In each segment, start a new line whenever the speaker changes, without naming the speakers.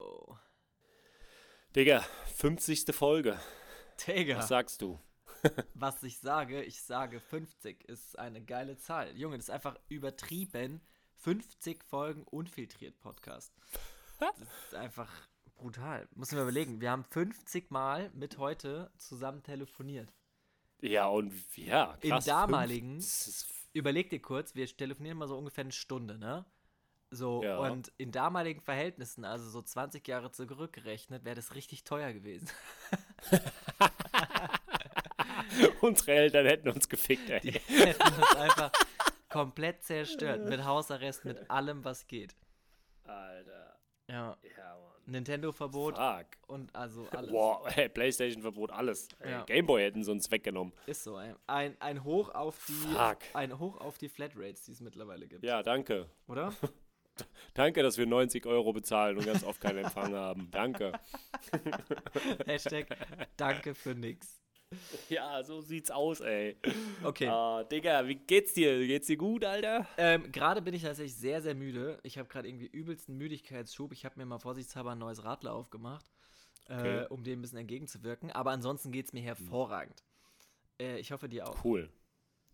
Oh.
Digga, 50. Folge.
Digga,
Was
was,
sagst du?
ich sage, ich sage 50 ist eine geile Zahl. Junge, das ist einfach übertrieben. 50 Folgen unfiltriert Podcast. Das ist einfach brutal. Muss man überlegen, wir haben 50 Mal mit heute zusammen telefoniert.
Ja, und ja,
Im
krass.
damaligen-
fünf-
Überleg dir kurz, wir telefonieren mal so ungefähr eine Stunde, ne? So,
Ja.
und in damaligen Verhältnissen, also so 20 Jahre zurückgerechnet, wäre das richtig teuer gewesen.
Unsere Eltern hätten uns gefickt, ey.
hätten uns einfach komplett zerstört. Mit Hausarrest, mit allem, was geht.
Alter,
Ja.
ja, Mann.
Nintendo-Verbot
Fuck.
und also alles.
Boah, ey, Playstation-Verbot, alles. Ey,
Ja.
Gameboy hätten sie uns weggenommen.
Ist so, ey. Ein, ein Hoch auf die
Fuck.
ein Hoch auf die Flatrates, die es mittlerweile gibt,
Ja, danke.
oder?
Danke, dass wir 90 Euro bezahlen und ganz oft keinen Empfang haben. Danke.
Hashtag Danke für nix.
Ja, so sieht's aus, ey.
Okay.
Ah, Digga, wie geht's dir? Geht's dir gut, Alter?
Ähm, gerade bin ich tatsächlich sehr, sehr müde. Ich habe gerade irgendwie übelsten Müdigkeitsschub. Ich habe mir mal vorsichtshalber ein neues Radler aufgemacht, äh,
Okay. Hm.
um dem ein bisschen entgegenzuwirken. Aber ansonsten geht es mir hervorragend. Äh, ich hoffe, dir auch.
Cool.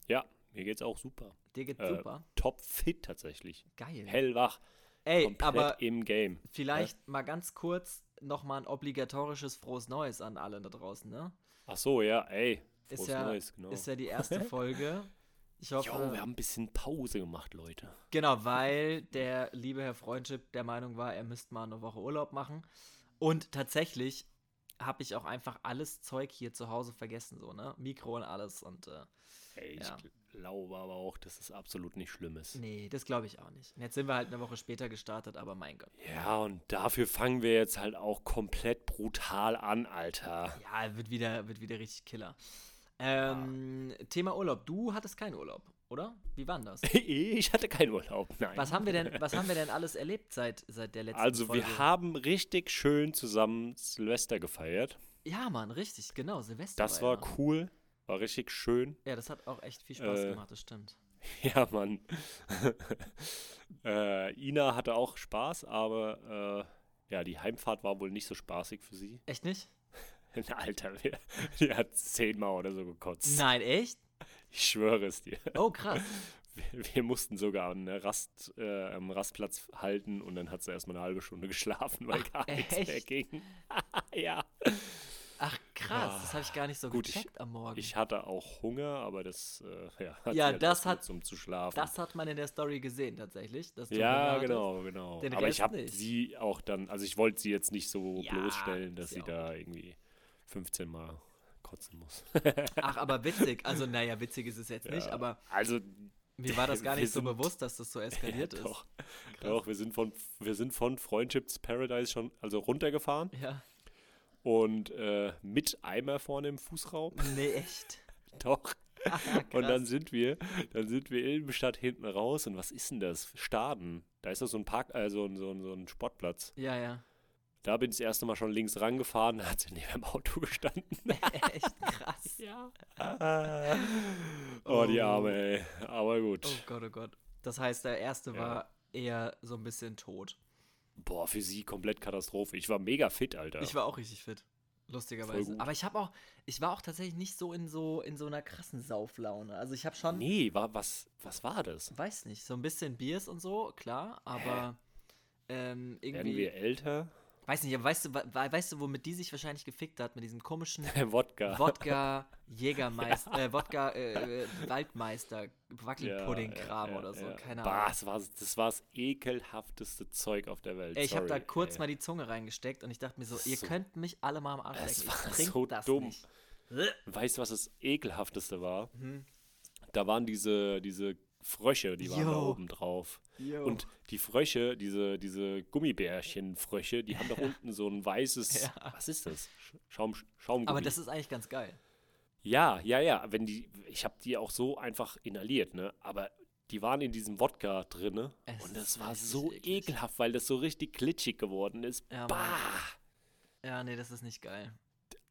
Ja, mir geht's auch super.
Dir geht's
Äh,
super.
Top fit tatsächlich.
Geil.
Hellwach.
Ey,
komplett
aber
im Game.
vielleicht mal ganz kurz nochmal ein obligatorisches Frohes Neues an alle da draußen, ne?
Ach so, ja, ey. Frohes
Ist ja,
Neues, genau.
ist ja die erste Folge. Ich hoffe,
Jo, wir haben ein bisschen Pause gemacht, Leute.
genau, weil der liebe Herr Freundschip der Meinung war, er müsste mal eine Woche Urlaub machen. Und tatsächlich habe ich auch einfach alles Zeug hier zu Hause vergessen, so, ne? Mikro und alles und, äh,
Ey,
Ja.
ich glaube aber auch, dass es absolut nicht schlimm ist.
nee, das glaube ich auch nicht. Und jetzt sind wir halt eine Woche später gestartet, aber mein Gott.
Ja, und dafür fangen wir jetzt halt auch komplett brutal an, Alter.
Ja, wird wieder, wird wieder richtig Killer. Ähm,
Ah.
Thema Urlaub. Du hattest keinen Urlaub, oder? Wie war denn das?
Ich hatte keinen Urlaub, nein.
Was haben wir denn, was haben wir denn alles erlebt seit, seit der letzten
also,
Folge?
wir haben richtig schön zusammen Silvester gefeiert.
Ja, Mann, richtig, genau, Silvester.
Das
ja.
war cool, war richtig schön.
Ja, das hat auch echt viel Spaß
Äh,
gemacht, das stimmt.
Ja, Mann. äh, Ina hatte auch Spaß, aber äh, ja, die Heimfahrt war wohl nicht so spaßig für sie.
Echt nicht?
Alter, wir- die hat zehnmal oder so gekotzt.
Nein, echt?
Ich schwöre es dir.
Oh, krass.
Wir, wir mussten sogar an der Rast, äh, am Rastplatz halten und dann hat sie erstmal eine halbe Stunde geschlafen, weil gar nichts mehr
echt?
ging. ja.
Ach, krass, das habe ich gar nicht so
Gut, ich-
gecheckt am Morgen.
Ich hatte auch Hunger, aber das äh, ja,
Ja,
hat sie halt
das
ausgenutzt,
hat-
um zu schlafen.
das hat man in der Story gesehen, tatsächlich. Dass du Hunger
ja,
hattest.
genau, genau.
Den
aber ich
Rest
habe
nicht.
sie auch dann, also ich wollte sie jetzt nicht so
Ja,
bloßstellen, dass
ist
sie
ja auch
da irgendwie 15 Mal kotzen muss.
Ach, aber witzig. Also, naja, witzig ist es jetzt nicht,
Ja.
aber
Also
mir war das gar
Wir
nicht so
sind-
bewusst, dass das so eskaliert
ja,
ist.
doch, doch, wir sind von wir sind von Friendships Paradise schon also runtergefahren
Ja.
und äh, mit Eimer vorne im Fußraum.
Nee, echt. Ah,
Doch. Und
Krass.
dann sind wir, dann sind wir Ilbenstadt hinten raus und was ist denn das? Staden. Da ist doch so ein Park, äh, so, ein, so, ein, so ein Sportplatz.
Ja, ja.
Da bin ich das erste Mal schon links rangefahren, da hat sie neben dem Auto gestanden.
echt krass.
Ja. Oh, die
Oh.
Arme, ey. Aber gut.
Oh Gott, oh Gott. Das heißt, der erste
Ja.
war eher so ein bisschen tot.
Boah, für sie komplett Katastrophe. Ich war mega fit, Alter.
Ich war auch richtig fit.
Voll
Lustigerweise.
gut.
Aber ich habe auch, ich war auch tatsächlich nicht so in so in so einer krassen Sauflaune. Also ich habe schon,
nee, war, was, was war das?
weiß nicht, so ein bisschen Biers und so, klar, aber ähm,
Werden
irgendwie.
wir älter?
Weiß nicht, aber weißt du, we- weißt du, womit die sich wahrscheinlich gefickt hat, mit diesem komischen
Wodka.
Wodka Jägermeister, äh, Wodka äh, äh, Waldmeister, Wackelpudding-Kram oder so, keine Ahnung.
Bah, das war das, war das ekelhafteste Zeug auf der Welt.
Ey, ich habe da
Sorry,
kurz
ey.
mal die Zunge reingesteckt und ich dachte mir so, ihr
So.
könnt mich alle mal am Arsch
Das
lecken.
war
ich trink
so
das
dumm.
Nicht.
Weißt du, was das ekelhafteste war?
Mhm.
Da waren diese, diese Frösche, die waren da
Jo.
oben drauf.
Jo.
Und die Frösche, diese, diese Gummibärchen-Frösche, die haben da unten so ein weißes, was ist das? Sch- Schaum, Schaumgummi.
Aber das ist eigentlich ganz geil.
ja, ja, ja. Wenn die, ich habe die auch so einfach inhaliert, ne? Aber die waren in diesem Wodka drinne
Es ist
und das war
richtig
so
eklig.
ekelhaft, weil das so richtig glitschig geworden ist.
Ja, Mann.
bah!
Ja, nee, das ist nicht geil.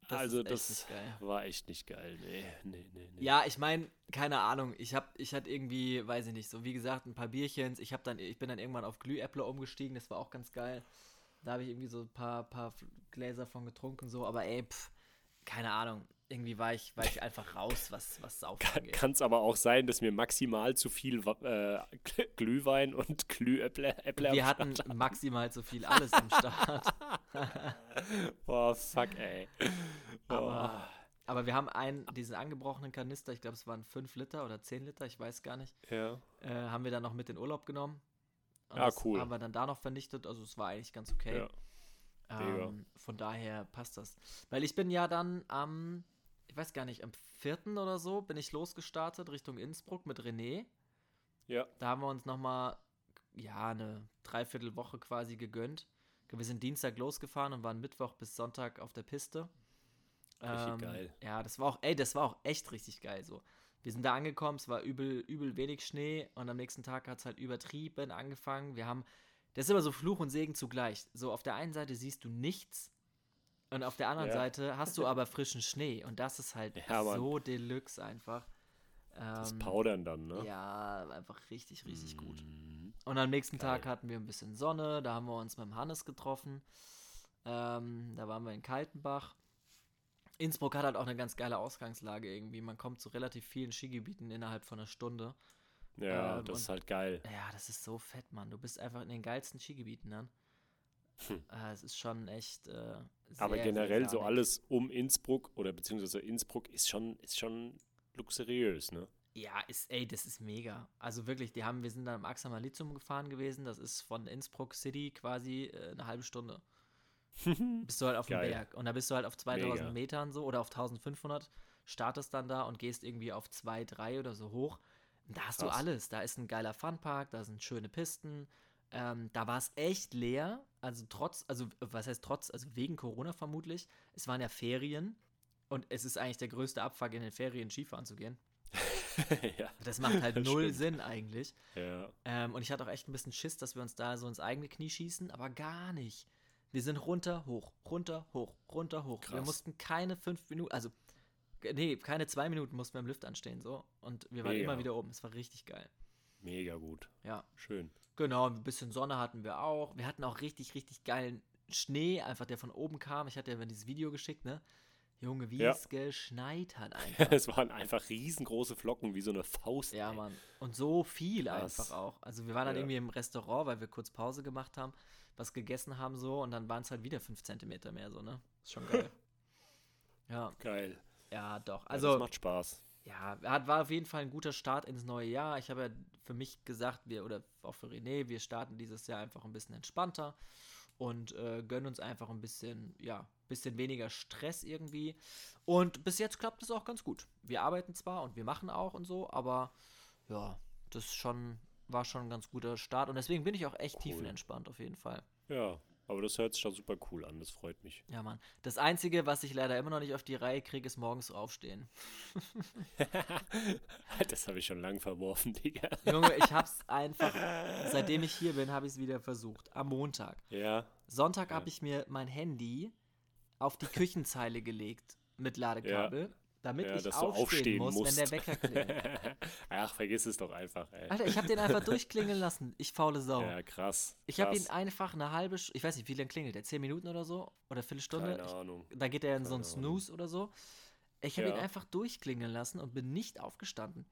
Das
also
ist echt
das
nicht geil.
war echt nicht geil. ne, Nee, nee, nee, nee.
Ja, ich meine, keine Ahnung. Ich hab, ich hatte irgendwie, weiß ich nicht, so wie gesagt, ein paar Bierchens. Ich hab dann, ich bin dann irgendwann auf Glühäppler umgestiegen. Das war auch ganz geil. Da habe ich irgendwie so ein paar, paar F- Gläser von getrunken, so, aber ey, pff, keine Ahnung. Irgendwie war ich, war ich einfach raus, was, was Saufen angeht.
Kann es aber auch sein, dass mir maximal zu viel Wa- äh, Glühwein und Glühäpple Äpple am
Wir hatten
Start-
maximal so viel alles am Start.
Boah, oh, fuck, ey.
Aber, aber wir haben einen, diesen angebrochenen Kanister, ich glaube, es waren 5 Liter oder 10 Liter, ich weiß gar nicht,
Oh, Ja.
äh, haben wir dann noch mit in Urlaub genommen. Und
Ah,
das
cool.
Haben wir dann da noch vernichtet, also es war eigentlich ganz okay.
ja. mega.
Ähm, von daher passt das. Weil ich bin ja dann am, ich weiß gar nicht, am 4. oder so bin ich losgestartet Richtung Innsbruck mit René.
Ja.
Da haben wir uns nochmal, ja, eine Dreiviertelwoche quasi gegönnt. Wir sind Dienstag losgefahren und waren Mittwoch bis Sonntag auf der Piste. Ähm,
Richtig geil.
Ja, das war auch, ey, das war auch echt richtig geil so. Wir sind da angekommen, es war übel, übel wenig Schnee und am nächsten Tag hat es halt übertrieben angefangen. Wir haben, das ist immer so Fluch und Segen zugleich. So auf der einen Seite siehst du nichts und auf der anderen
Ja.
Seite hast du aber frischen Schnee und das ist halt
Ja, Mann.
so deluxe einfach.
Das
Ähm,
Powdern dann, ne?
ja, einfach richtig, richtig gut.
Mhm.
Und am nächsten
Geil.
Tag hatten wir ein bisschen Sonne, da haben wir uns mit dem Hannes getroffen. Ähm, da waren wir in Kaltenbach. Innsbruck hat halt auch eine ganz geile Ausgangslage irgendwie. Man kommt zu relativ vielen Skigebieten innerhalb von einer Stunde.
Ja,
Ähm,
das ist
und-
halt geil.
Ja, das ist so fett, Mann. Du bist einfach in den geilsten Skigebieten dann. Äh, es ist schon echt. Äh, sehr,
Hm. Aber
sehr
generell so
garnig.
alles um Innsbruck oder beziehungsweise Innsbruck ist schon, ist schon luxuriös, ne?
Ja, ist, ey, das ist mega. Also wirklich, die haben, wir sind dann am Axamalizum gefahren gewesen. Das ist von Innsbruck City quasi äh, eine halbe Stunde. bist du halt auf dem
Geil.
Berg. Und da bist du halt auf 2000
Mega.
Metern so oder auf 1500, startest dann da und gehst irgendwie auf 2, 3 oder so hoch. Und da hast du
Krass.
alles. Da ist ein geiler Funpark, da sind schöne Pisten. Ähm, da war es echt leer. Also trotz, also was heißt trotz, also wegen Corona vermutlich. Es waren ja Ferien. Und es ist eigentlich der größte Abfuck, in den Ferien Skifahren zu gehen.
ja.
Das macht halt
Das
null
stimmt.
Sinn eigentlich.
ja.
Ähm, und ich hatte auch echt ein bisschen Schiss, dass wir uns da so ins eigene Knie schießen, aber gar nicht. Wir sind runter, hoch, runter, hoch, runter, hoch. Wir
Krass.
mussten keine fünf Minuten, also ge- nee, keine zwei Minuten mussten wir im Lift anstehen, so. Und wir waren
Mega.
immer wieder oben. Es war richtig geil.
Mega gut.
Ja.
Schön.
Genau, ein bisschen Sonne hatten wir auch. Wir hatten auch richtig, richtig geilen Schnee, einfach der von oben kam. Ich hatte ja immer dieses Video geschickt, ne? Junge, wie
Ja.
es geschneit hat einfach.
Es waren einfach riesengroße Flocken, wie so eine Faust.
Ja,
ey.
Mann. Und so viel
Krass.
einfach auch. Also wir waren dann
Ja.
irgendwie im Restaurant, weil wir kurz Pause gemacht haben, was gegessen haben so und dann waren es halt wieder fünf Zentimeter mehr so, ne? Ist schon geil. ja,
Geil.
ja, doch.
Also, ja, das
Also,
macht Spaß.
ja, hat, war auf jeden Fall ein guter Start ins neue Jahr. Ich habe ja für mich gesagt, wir, oder auch für René, wir starten dieses Jahr einfach ein bisschen entspannter und äh, gönnen uns einfach ein bisschen, ja, bisschen weniger Stress irgendwie. Und bis jetzt klappt es auch ganz gut. Wir arbeiten zwar und wir machen auch und so, aber ja, das ist schon, war schon ein ganz guter Start. Und deswegen bin ich auch echt tiefenentspannt auf jeden Fall.
Ja, aber das hört sich doch super cool an. Das freut mich.
Ja, Mann. Das Einzige, was ich leider immer noch nicht auf die Reihe kriege, ist morgens aufstehen.
Das habe ich schon lang verworfen, Digga.
Junge, ich hab's einfach, seitdem ich hier bin, habe ich es wieder versucht. Am Montag.
Ja.
Sonntag habe ich mir mein Handy auf die Küchenzeile gelegt mit Ladekabel, damit
Ja,
ich
dass du
aufstehen,
aufstehen
muss,
musst.
wenn der Wecker klingelt.
Ach, vergiss es doch einfach, ey.
Alter, ich habe den einfach durchklingeln lassen. Ich faule Sau.
Ja, krass.
genau. ich habe ihn
krass.
einfach eine halbe, Sch- ich weiß nicht, wie lange klingelt der? Zehn Minuten oder so? Oder Viertelstunde?
Keine
Ich,
Ahnung.
da geht er in so einen
Keine Ahnung.
Snooze oder so. Ich habe
Ja.
ihn einfach durchklingeln lassen und bin nicht aufgestanden.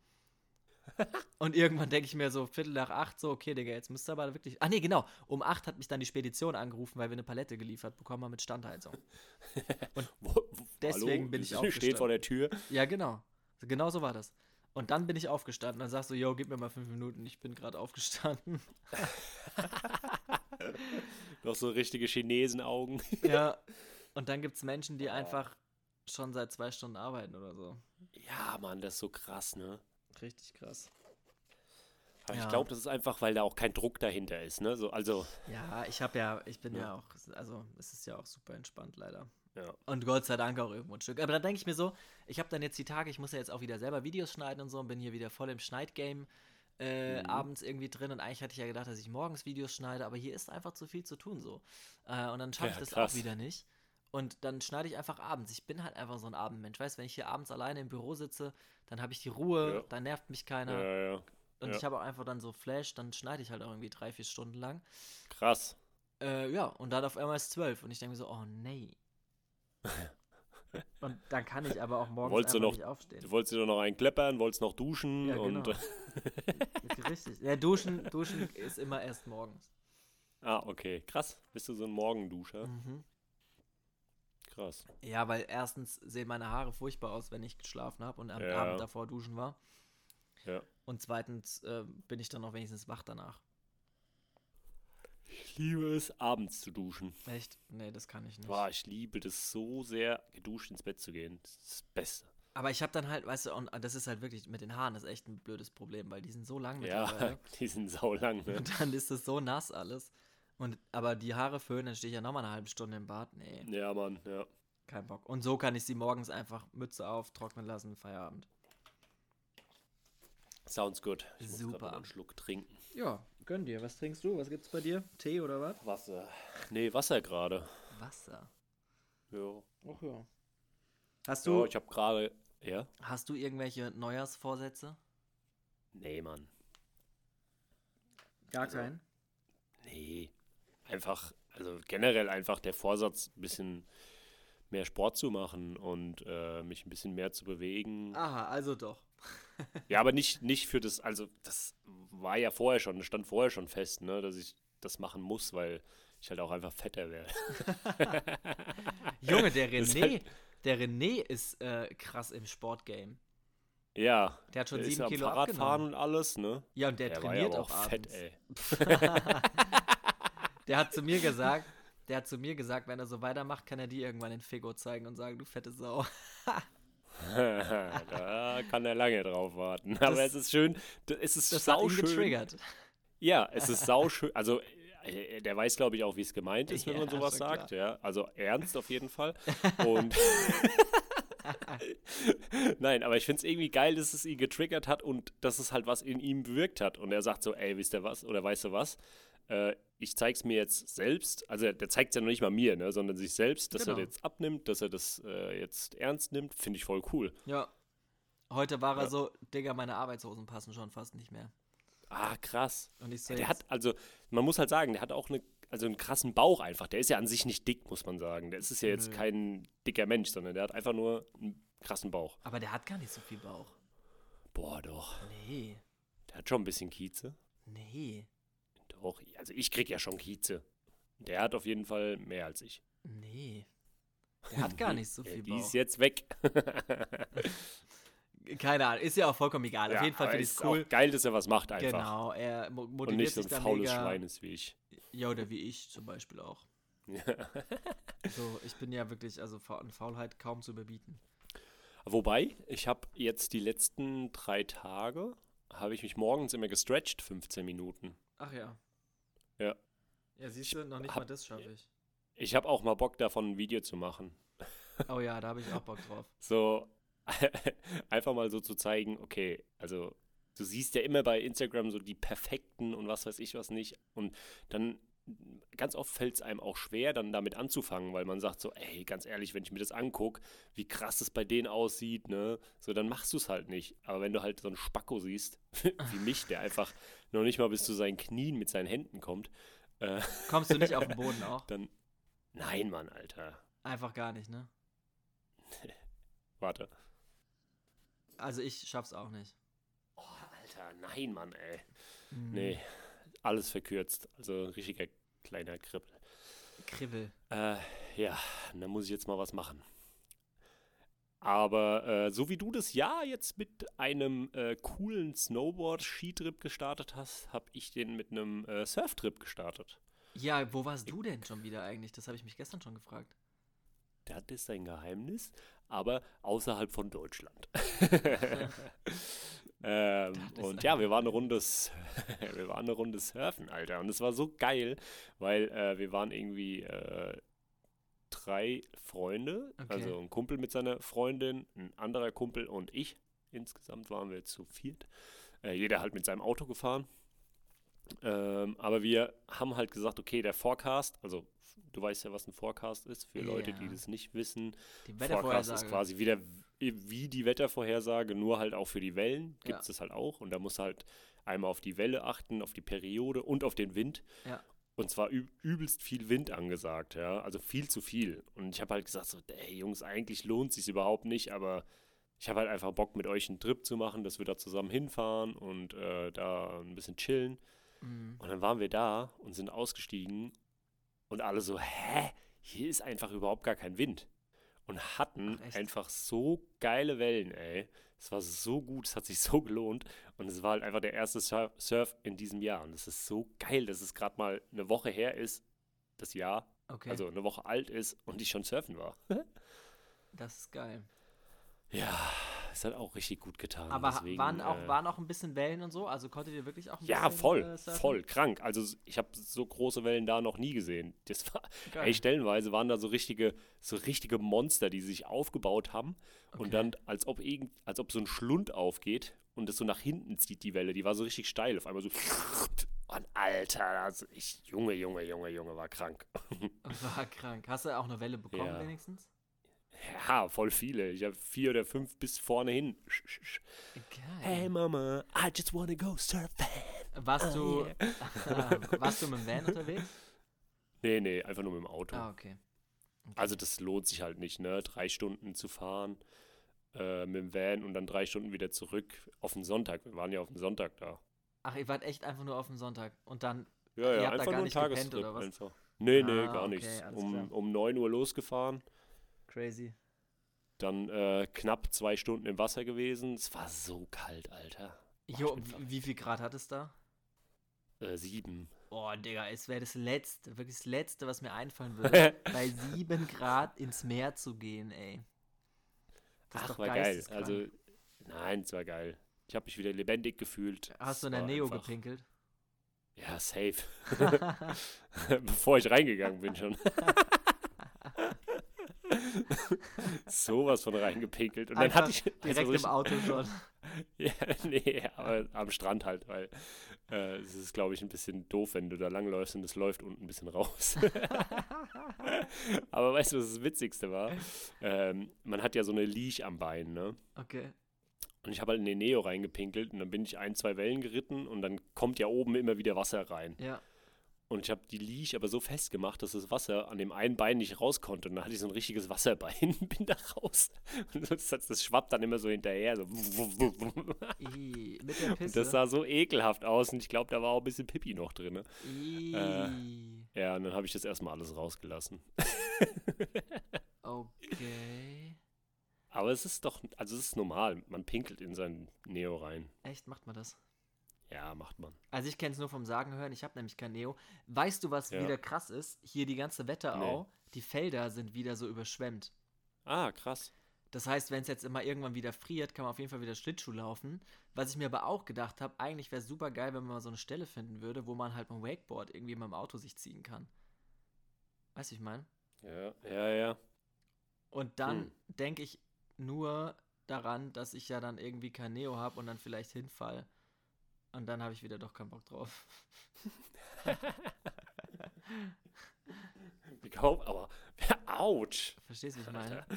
und irgendwann denke ich mir so, Viertel nach acht, so, okay, Digga, jetzt müsste aber wirklich. Ah, nee, genau. Um acht hat mich dann die Spedition angerufen, weil wir eine Palette geliefert bekommen haben mit Standheizung.
Wo- wo-
Deswegen bin ich
sie Steht vor der Tür.
Ja, genau. Genau so war das. Und dann bin ich aufgestanden. Dann sagst du, yo, gib mir mal fünf Minuten, ich bin gerade aufgestanden.
Noch so richtige Chinesenaugen.
ja. Und dann gibt es Menschen, die einfach schon seit zwei Stunden arbeiten oder so.
Ja, Mann, das ist so krass, ne?
Richtig krass.
Aber
Ja.
ich glaube, das ist einfach, weil da auch kein Druck dahinter ist, ne? So, also,
Ja, ich habe ja, ich bin ja.
Ja.
auch, also es ist ja auch super entspannt leider.
ja.
Und Gott sei Dank auch irgendwo ein Stück. Aber dann denke ich mir so, ich habe dann jetzt die Tage, ich muss ja jetzt auch wieder selber Videos schneiden und so und bin hier wieder voll im Schneidgame äh,
Mhm.
abends irgendwie drin. Und eigentlich hatte ich ja gedacht, dass ich morgens Videos schneide, aber hier ist einfach zu viel zu tun so. Äh, und dann schaffe ich
Ja,
das auch
krass.
wieder nicht. Und dann schneide ich einfach abends. Ich bin halt einfach so ein Abendmensch. Weißt wenn ich hier abends alleine im Büro sitze, dann habe ich die Ruhe,
Ja.
dann nervt mich keiner.
Ja, ja.
Und
ja.
ich habe auch einfach dann so Flash, dann schneide ich halt auch irgendwie drei, vier Stunden lang.
Krass.
Äh, ja, und dann auf einmal ist 12 und ich denke mir so, oh nee. und dann kann ich aber auch morgens
Wolltest du
einfach
noch-
nicht aufstehen.
Du wolltest dir doch noch einen kleppern, wolltest noch duschen
Ja,
und.
genau. Richtig. Ja, duschen, duschen ist immer erst morgens.
ah, okay. Krass. Bist du so ein Morgenduscher?
Mhm.
Krass.
Ja, weil erstens sehen meine Haare furchtbar aus, wenn ich geschlafen habe und am
Ja.
Abend davor duschen war.
Ja.
Und zweitens äh, bin ich dann auch wenigstens wach danach.
Ich liebe es, abends zu duschen.
Echt? Nee, das kann ich nicht.
Boah, ich liebe das so sehr, geduscht ins Bett zu gehen. Das ist das Beste.
Aber ich habe dann halt, weißt du, und das ist halt wirklich mit den Haaren ist echt ein blödes Problem, weil die sind so lang
Ja,
mittlerweile.
die sind saulang, ne?
Und dann ist es so nass alles. Und, aber die Haare föhnen, dann stehe ich ja nochmal eine halbe Stunde im Bad. Nee,
Ja, Mann, ja.
kein Bock. Und so kann ich sie morgens einfach Mütze auf, trocknen lassen, Feierabend.
Sounds good. Ich muss
Super.
grad noch einen Schluck trinken.
Ja, gönn dir. Was trinkst du? Was gibt's bei dir? Tee oder was?
Wasser. Nee, Wasser gerade.
Wasser.
Ja.
Ach ja. Hast
ja,
du,
ich habe gerade. Ja?
hast du irgendwelche Neujahrsvorsätze?
Nee, Mann.
Gar
Also- keinen. Nee. Einfach, also generell einfach der Vorsatz, ein bisschen mehr Sport zu machen und äh, mich ein bisschen mehr zu bewegen.
Aha, also doch.
Ja, aber nicht, nicht für das, also das war ja vorher schon, das stand vorher schon fest, ne, dass ich das machen muss, weil ich halt auch einfach fetter werde.
Junge, der
Äh, Das ist
René, der René ist äh, krass im Sportgame.
Ja.
Der hat schon
ist
sieben
am
Kilo
Fahrradfahren
abgenommen.
und alles, ne?
Ja, und der,
Der war ja
trainiert
aber
auch,
auch fett,
abends.
ey.
Der hat zu mir gesagt, der hat zu mir gesagt, wenn er so weitermacht, kann er dir irgendwann den Figo zeigen und sagen, du fette Sau.
da kann er lange drauf warten. Aber es ist schön, d- es ist
Das hat ihn
sauschön.
getriggert.
Ja, es ist sauschön. Also, äh, der weiß, glaube ich, auch, wie es gemeint ist, wenn
Ja,
man sowas
schon klar.
sagt. Ja, also ernst auf jeden Fall. Und. Nein, aber ich finde es irgendwie geil, dass es ihn getriggert hat und dass es halt was in ihm bewirkt hat. Und er sagt so: Ey, wisst ihr was? Oder weißt du was? Äh, ich zeig's mir jetzt selbst. Also, der zeigt es ja noch nicht mal mir, ne? sondern sich selbst, dass
Genau.
er das jetzt abnimmt, dass er das äh, jetzt ernst nimmt. Finde ich voll cool.
Ja. Heute war er
Ja.
so, Digga, meine Arbeitshosen passen schon fast nicht mehr.
Ah, krass.
Und ich so,
Ja, der
jetzt-
hat, also, man muss halt sagen, der hat auch eine, also einen krassen Bauch einfach. Der ist ja an sich nicht dick, muss man sagen. Der ist ja jetzt
Nö.
kein dicker Mensch, sondern der hat einfach nur einen krassen Bauch.
aber der hat gar nicht so viel Bauch.
Boah, doch.
Nee,
Der hat schon ein bisschen Kieze.
nee,
Doch, also ich krieg ja schon Kieze. Der hat auf jeden Fall mehr als ich.
nee. Der hat gar nicht so
Ja,
viel
die
Bauch.
ist jetzt weg.
Keine Ahnung, ist ja auch vollkommen egal.
Ja,
Also, Auf jeden Fall
aber
finde ich
ist
es cool.
Auch geil, dass er was macht einfach.
Genau, er mo- motiviert
Und nicht so
sich
ein
dann
faules
mega.
Schwein ist wie ich.
Ja, oder wie ich zum Beispiel auch.
Ja.
So, ich bin ja wirklich, also Fa- an Faulheit kaum zu überbieten.
Wobei, ich habe jetzt die letzten drei Tage, habe ich mich morgens immer gestretcht, 15 Minuten.
Ach ja.
Ja.
Ja, siehst
Ich
du, noch nicht
hab-
mal das schaffe ich.
Ich habe auch mal Bock davon, ein Video zu machen.
Oh ja, da habe ich auch Bock drauf.
So, einfach mal so zu zeigen, okay, also du siehst ja immer bei Instagram so die perfekten und was weiß ich was nicht. Und dann ganz oft fällt es einem auch schwer, dann damit anzufangen, weil man sagt so, ey, ganz ehrlich, wenn ich mir das angucke, wie krass es bei denen aussieht, ne? So, dann machst du es halt nicht. Aber wenn du halt so einen Spacko siehst, wie mich, der einfach noch nicht mal bis zu seinen Knien mit seinen Händen kommt, äh,
Kommst du nicht auf den Boden auch?
dann, nein, Mann, Alter,
Einfach gar nicht, ne?
warte.
Also ich schaff's auch nicht.
Oh, Alter, nein, Mann, ey.
Hm,
Nee, alles verkürzt. Also ein richtiger kleiner Kribbel.
Hm, Kribbel.
Äh, ja, da muss ich jetzt mal was machen. Aber äh, so wie du das Jahr jetzt mit einem äh, coolen Snowboard-Skitrip gestartet hast, habe ich den mit einem äh, Surftrip gestartet.
Ja, wo warst du denn schon wieder eigentlich? Das habe ich mich gestern schon gefragt.
Das ist ein Geheimnis, aber außerhalb von Deutschland. ähm,
Das ist
und
ein
ja, wir waren eine Runde, s- wir waren eine Runde surfen, Alter. Und es war so geil, weil äh, wir waren irgendwie äh, drei Freunde,
Okay.
also ein Kumpel mit seiner Freundin, ein anderer Kumpel und ich. Insgesamt waren wir zu viert. Äh, jeder halt mit seinem Auto gefahren. Ähm, aber wir haben halt gesagt, okay, der Forecast, also du weißt ja, was ein Forecast ist, für Leute, die
Ja.
das nicht wissen.
Die
Forecast
Wettervorhersage.
ist quasi wieder wie die Wettervorhersage, nur halt auch für die Wellen gibt es
Ja.
das halt auch. Und da musst du halt einmal auf die Welle achten, auf die Periode und auf den Wind.
Ja.
Und zwar üb übelst viel Wind angesagt, ja. Also viel zu viel. Und ich habe halt gesagt, so, ey Jungs, eigentlich lohnt sich überhaupt nicht, aber ich habe halt einfach Bock, mit euch einen Trip zu machen, dass wir da zusammen hinfahren und äh, da ein bisschen chillen.
Mhm.
Und dann waren wir da und sind ausgestiegen und alle so, hä? Hier ist einfach überhaupt gar kein Wind. Und hatten
Ach, echt?
einfach so geile Wellen, ey. Es war so gut, es hat sich so gelohnt. Und es war halt einfach der erste Sur- Surf in diesem Jahr. Und das ist so geil, dass es gerade mal eine Woche her ist, das Jahr,
Okay,
also eine Woche alt ist und ich schon surfen war.
das ist geil.
ja, es hat auch richtig gut getan.
Aber ha-
deswegen,
waren, auch,
äh,
waren auch ein bisschen Wellen und so? Also konntet ihr wirklich auch ein
Ja,
bisschen
voll,
äh, surfen?
voll, krank. Also s- ich habe so große Wellen da noch nie gesehen. Das war,
Geil.
ey, stellenweise waren da so richtige, so richtige Monster, die sich aufgebaut haben
Okay.
und dann, als ob irgend, als ob so ein Schlund aufgeht und das so nach hinten zieht, die Welle. Die war so richtig steil, auf einmal so. Und Alter, also ich, Junge, Junge, Junge, Junge, war krank.
War krank. Hast du auch eine Welle bekommen
Ja.
wenigstens?
Ja, voll viele. Ich habe vier oder fünf bis vorne hin. Sch- sch- sch.
Geil.
Hey Mama, I just wanna go surfing.
warst, du,
Oh,
warst du mit dem Van unterwegs?
Nee, nee, einfach nur mit dem Auto.
Ah, okay. okay.
Also das lohnt sich halt nicht, ne? Drei Stunden zu fahren äh, mit dem Van und dann drei Stunden wieder zurück auf den Sonntag. Wir waren ja auf den Sonntag da.
Ach, ihr wart echt einfach nur auf dem Sonntag. Und dann,
Ja,
Ihr
ja,
habt da
einfach
gar
nur ein
nicht gepennt
Tagestrip.
oder was?
Einfach. Nee, nee,
Ah,
gar
okay,
nichts.
alles
Um,
klar.
um 9 Uhr losgefahren,
crazy.
dann äh, knapp zwei Stunden im Wasser gewesen. Es war so kalt, Alter. ich
Jo,
bin
w-
verrückt.
wie viel Grad hat es da?
Äh, sieben.
Boah, Digga, es wäre das Letzte, wirklich das Letzte, was mir einfallen würde, bei 7 Grad ins Meer zu gehen, ey. Das ist
Ach,
doch
war geil.
geisteskrank.
Also, nein, es war geil. Ich habe mich wieder lebendig gefühlt. Es
Hast du in der
war
Neo
einfach-
gepinkelt?
Ja, safe. Bevor ich reingegangen bin schon. Sowas von reingepinkelt. Und dann
Einfach
hatte ich
Direkt
also
im Auto schon.
Ja, nee, aber am Strand halt, weil äh, es ist, glaube ich, ein bisschen doof, wenn du da langläufst und es läuft unten ein bisschen raus. aber weißt du, was das Witzigste war? Ähm, man hat ja so eine Leash am Bein, ne?
Okay.
Und ich habe halt in den Neo reingepinkelt und dann bin ich ein, zwei Wellen geritten und dann kommt ja oben immer wieder Wasser rein.
Ja.
Und ich habe die Leash aber so festgemacht, dass das Wasser an dem einen Bein nicht raus konnte. Und dann hatte ich so ein richtiges Wasserbein, bin da raus. Und das, hat- das schwappt dann immer so hinterher. So. Und
Ih, mit der Pisse.
das sah so ekelhaft aus. Und ich glaube, da war auch ein bisschen Pipi noch drin. Ne?
Ih.
Ja, und dann habe ich das erstmal alles rausgelassen.
Okay.
Aber es ist doch, also es ist normal. Man pinkelt in sein Neo rein.
Echt, macht man das?
Ja, macht man.
Also ich kenne es nur vom Sagen hören, ich habe nämlich kein Neo. Weißt du, was
Ja.
wieder krass ist? Hier die ganze Wetterau, die Felder sind wieder so überschwemmt.
Ah, krass.
Das heißt, wenn es jetzt immer irgendwann wieder friert, kann man auf jeden Fall wieder Schlittschuh laufen. Was ich mir aber auch gedacht habe, eigentlich wäre es super geil, wenn man mal so eine Stelle finden würde, wo man halt mit dem Wakeboard irgendwie mit dem Auto sich ziehen kann. Weißt du, ich meine?
Ja, ja, ja.
Und dann
Hm.
denke ich nur daran, dass ich ja dann irgendwie kein Neo habe und dann vielleicht hinfall. Und dann habe ich wieder doch keinen Bock drauf.
Wie kaum, aber, ouch.
Verstehst du, wie ich meine?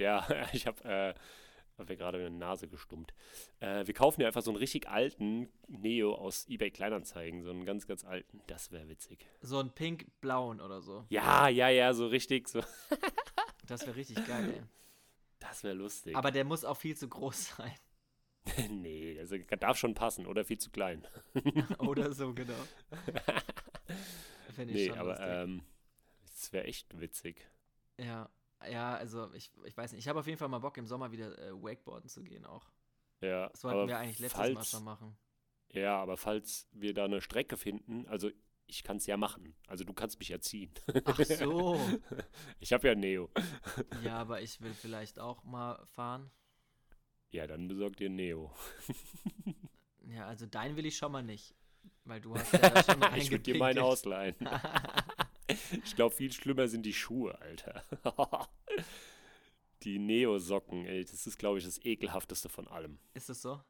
Ja, ich habe äh, hab mir gerade eine Nase gestummt. Äh, wir kaufen ja einfach so einen richtig alten Neo aus eBay Kleinanzeigen, so einen ganz, ganz alten. Das wäre witzig.
So ein pink-blauen oder so.
Ja, ja, ja, so richtig. So.
Das wäre richtig geil,
Das wäre lustig.
ey. Aber der muss auch viel zu groß sein.
nee, also darf schon passen oder viel zu klein.
Oder so, genau. Finde ich
Nee,
schon
aber äh,
lustig.
ähm, das wäre echt witzig.
Ja, ja, also ich, ich weiß nicht. Ich habe auf jeden Fall mal Bock, im Sommer wieder äh, Wakeboarden zu gehen auch.
Ja,
Das wollten
aber
wir eigentlich letztes
falls,
Mal schon machen.
Ja, aber falls wir da eine Strecke finden, also ich kann es ja machen. Also du kannst mich ja ziehen.
Ach so.
Ich habe ja Neo.
ja, aber ich will vielleicht auch mal fahren.
Ja, dann besorg dir Neo.
Ja, also dein will ich schon mal nicht. Weil du hast ja da schon
ich würde dir
reingepinkelt.
meinen ausleihen. ich glaube, viel schlimmer sind die Schuhe, Alter. die Neo-Socken, ey, das ist, glaube ich, das ekelhafteste von allem.
Ist das so?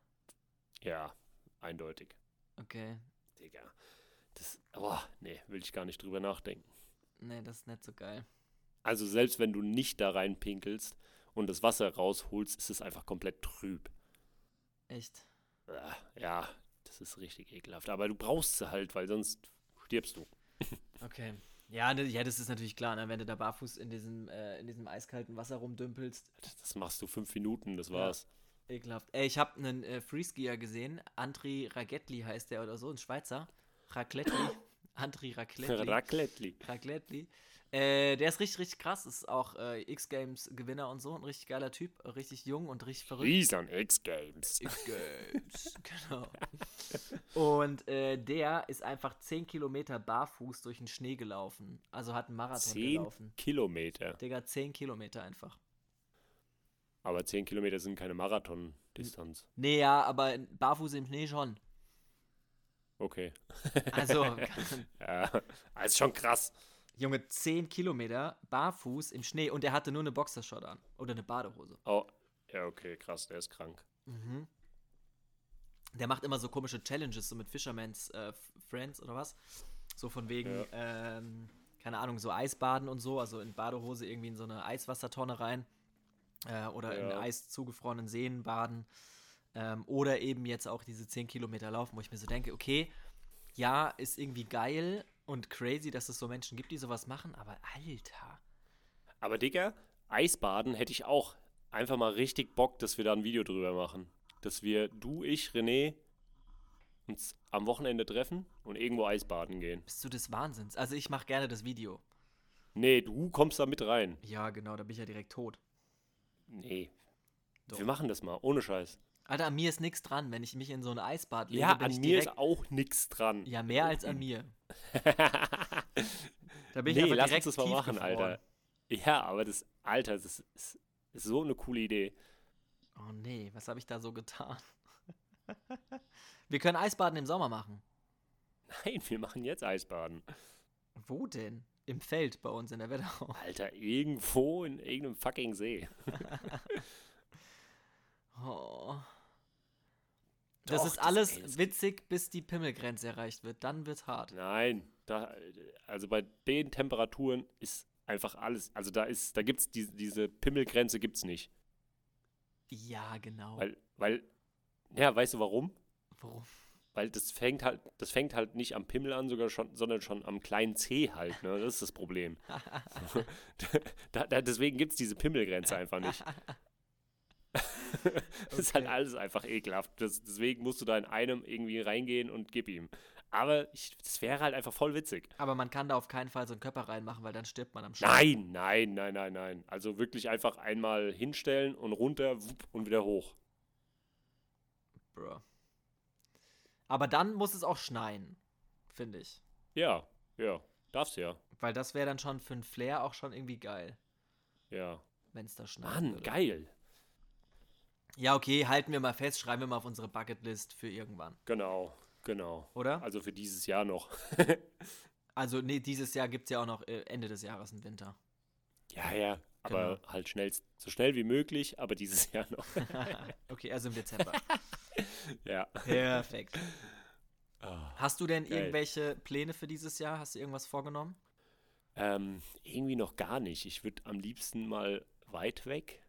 Ja, eindeutig.
Okay.
Digga. Das, boah, nee, will ich gar nicht drüber nachdenken.
Nee, das ist nicht so geil.
Also, selbst wenn du nicht da reinpinkelst und das Wasser rausholst, ist es einfach komplett trüb.
Echt.
Ah, Ja, das ist richtig ekelhaft. Aber du brauchst sie halt, weil sonst stirbst du.
Okay. Ja, ne, ja, das ist natürlich klar, ne, wenn du da barfuß in diesem, äh, in diesem eiskalten Wasser rumdümpelst.
Das, das machst du fünf Minuten, das war's.
Ekelhaft. Ey, ich habe einen äh, Freeskier gesehen. Andri Ragetli heißt der oder so, ein Schweizer. Racletti. Andri Racletti.
Racletli.
Racletti. Äh, der ist richtig, richtig krass. Ist auch äh, X-Games-Gewinner und so. Ein richtig geiler Typ. Richtig jung und richtig verrückt.
Riesen X-Games.
X-Games. genau. Und äh, der ist einfach 10 Kilometer barfuß durch den Schnee gelaufen. Also hat einen Marathon
Zehn
gelaufen.
Kilometer.
Digga, 10 Kilometer einfach.
Aber zehn Kilometer sind keine Marathon-Distanz.
Nee, ja, aber barfuß im Schnee schon.
Okay.
Also,
Ja, Ah, ist schon krass.
Junge, 10 Kilometer barfuß im Schnee. Und er hatte nur eine Boxershot an. Oder eine Badehose.
Oh, ja, okay, krass, der ist krank.
Mhm. Der macht immer so komische Challenges, so mit Fisherman's äh, F- Friends oder was. So von wegen,
Ja.
ähm, keine Ahnung, so Eisbaden und so, also in Badehose irgendwie in so eine Eiswassertonne rein. Äh, oder in
Ja.
eis zugefrorenen Seen baden. Ähm, oder eben jetzt auch diese 10 Kilometer laufen, wo ich mir so denke, okay, ja, ist irgendwie geil und crazy, dass es so Menschen gibt, die sowas machen, aber Alter.
Aber Digga, Eisbaden hätte ich auch einfach mal richtig Bock, dass wir da ein Video drüber machen. Dass wir, du, ich, René, uns am Wochenende treffen und irgendwo Eisbaden gehen.
Bist du des Wahnsinns? Also ich mache gerne das Video.
Nee, du kommst da mit rein.
Ja, genau, da bin ich ja direkt tot.
Nee.
Doch.
Wir machen das mal, ohne Scheiß.
Alter, an mir ist nichts dran. Wenn ich mich in so ein Eisbad lege,
Ja,
bin
an
ich
mir
direkt,
ist auch nichts dran.
Ja, mehr als an mir. Da bin ich
nee,
einfach
lass uns
direkt
das mal
tief
machen,
gefroren.
Alter. Ja, aber das, Alter, das ist, ist, ist so eine coole Idee.
Oh nee, was habe ich da so getan? Wir können Eisbaden im Sommer machen.
Nein, wir machen jetzt Eisbaden.
Wo denn? Im Feld bei uns in der Wetterau.
Alter, irgendwo in irgendeinem fucking See.
Oh. Das
Doch,
ist alles
ey, das-
witzig, bis die Pimmelgrenze erreicht wird. Dann wird's hart.
Nein, da, also bei den Temperaturen ist einfach alles, also da ist, da gibt's die, diese Pimmelgrenze gibt's nicht.
Ja, genau.
Weil, weil, ja, weißt du warum?
Warum?
Weil das fängt halt, das fängt halt nicht am Pimmel an, sogar schon, sondern schon am kleinen C halt, ne? Das ist das Problem. da, da, deswegen gibt es diese Pimmelgrenze einfach nicht. das ist halt
Okay.
alles einfach ekelhaft. Das, deswegen musst du da in einem irgendwie reingehen und gib ihm. Aber ich, das wäre halt einfach voll witzig.
Aber man kann da auf keinen Fall so einen Körper reinmachen, weil dann stirbt man am Schluss.
Nein, nein, nein, nein, nein. Also wirklich einfach einmal hinstellen und runter wupp, und wieder hoch.
Bruh. Aber dann muss es auch schneien, finde ich.
Ja, ja, darfst ja.
Weil das wäre dann schon für einen Flair auch schon irgendwie geil,
Ja.
wenn es da schneit.
Mann, geil.
Ja, okay, halten wir mal fest, schreiben wir mal auf unsere Bucketlist für irgendwann,
Genau, genau.
oder?
Also für dieses Jahr noch.
Also, nee, dieses Jahr gibt es ja auch noch äh, Ende des Jahres einen Winter.
Ja, ja. Aber halt schnellst, so schnell wie möglich, aber dieses Jahr noch.
okay, also im Dezember.
Ja.
Perfekt.
Ah.
Hast du denn
Geil.
irgendwelche Pläne für dieses Jahr? Hast du irgendwas vorgenommen?
Ähm, irgendwie noch gar nicht. Ich würde am liebsten mal weit weg.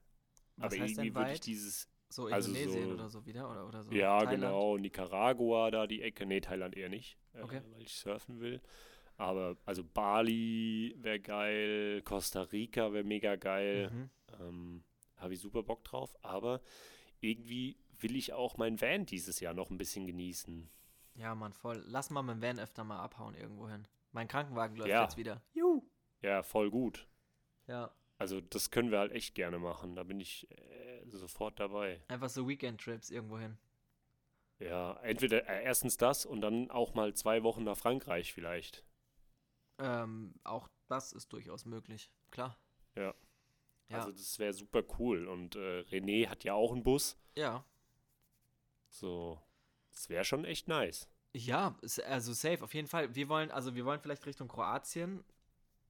Was
aber
heißt
irgendwie
denn
würde ich
weit?
dieses.
So
also
Indonesien
so-
oder so wieder? Oder, oder so
ja,
Thailand?
genau. Nicaragua, da die Ecke. Nee, Thailand eher nicht. Äh,
Okay.
Weil ich surfen will. Aber also Bali wäre geil. Costa Rica wäre mega geil.
Mhm.
Ähm, Habe ich super Bock drauf. Aber irgendwie will ich auch mein Van dieses Jahr noch ein bisschen genießen.
Ja, Mann, voll. Lass mal meinen Van öfter mal abhauen irgendwo hin. Mein Krankenwagen läuft
Ja.
jetzt wieder. Juhu.
Ja, voll gut.
Ja,
Also das können wir halt echt gerne machen. Da bin ich äh, sofort dabei.
einfach so Weekend-Trips irgendwo hin.
Ja, entweder äh, erstens das und dann auch mal zwei Wochen nach Frankreich vielleicht.
Ähm, auch das ist durchaus möglich, klar.
Ja.
Ja,
Also das wäre super cool. Und äh, René hat ja auch einen Bus.
ja.
So, das wäre schon echt nice.
ja s- also safe, auf jeden Fall. Wir wollen, also wir wollen vielleicht Richtung Kroatien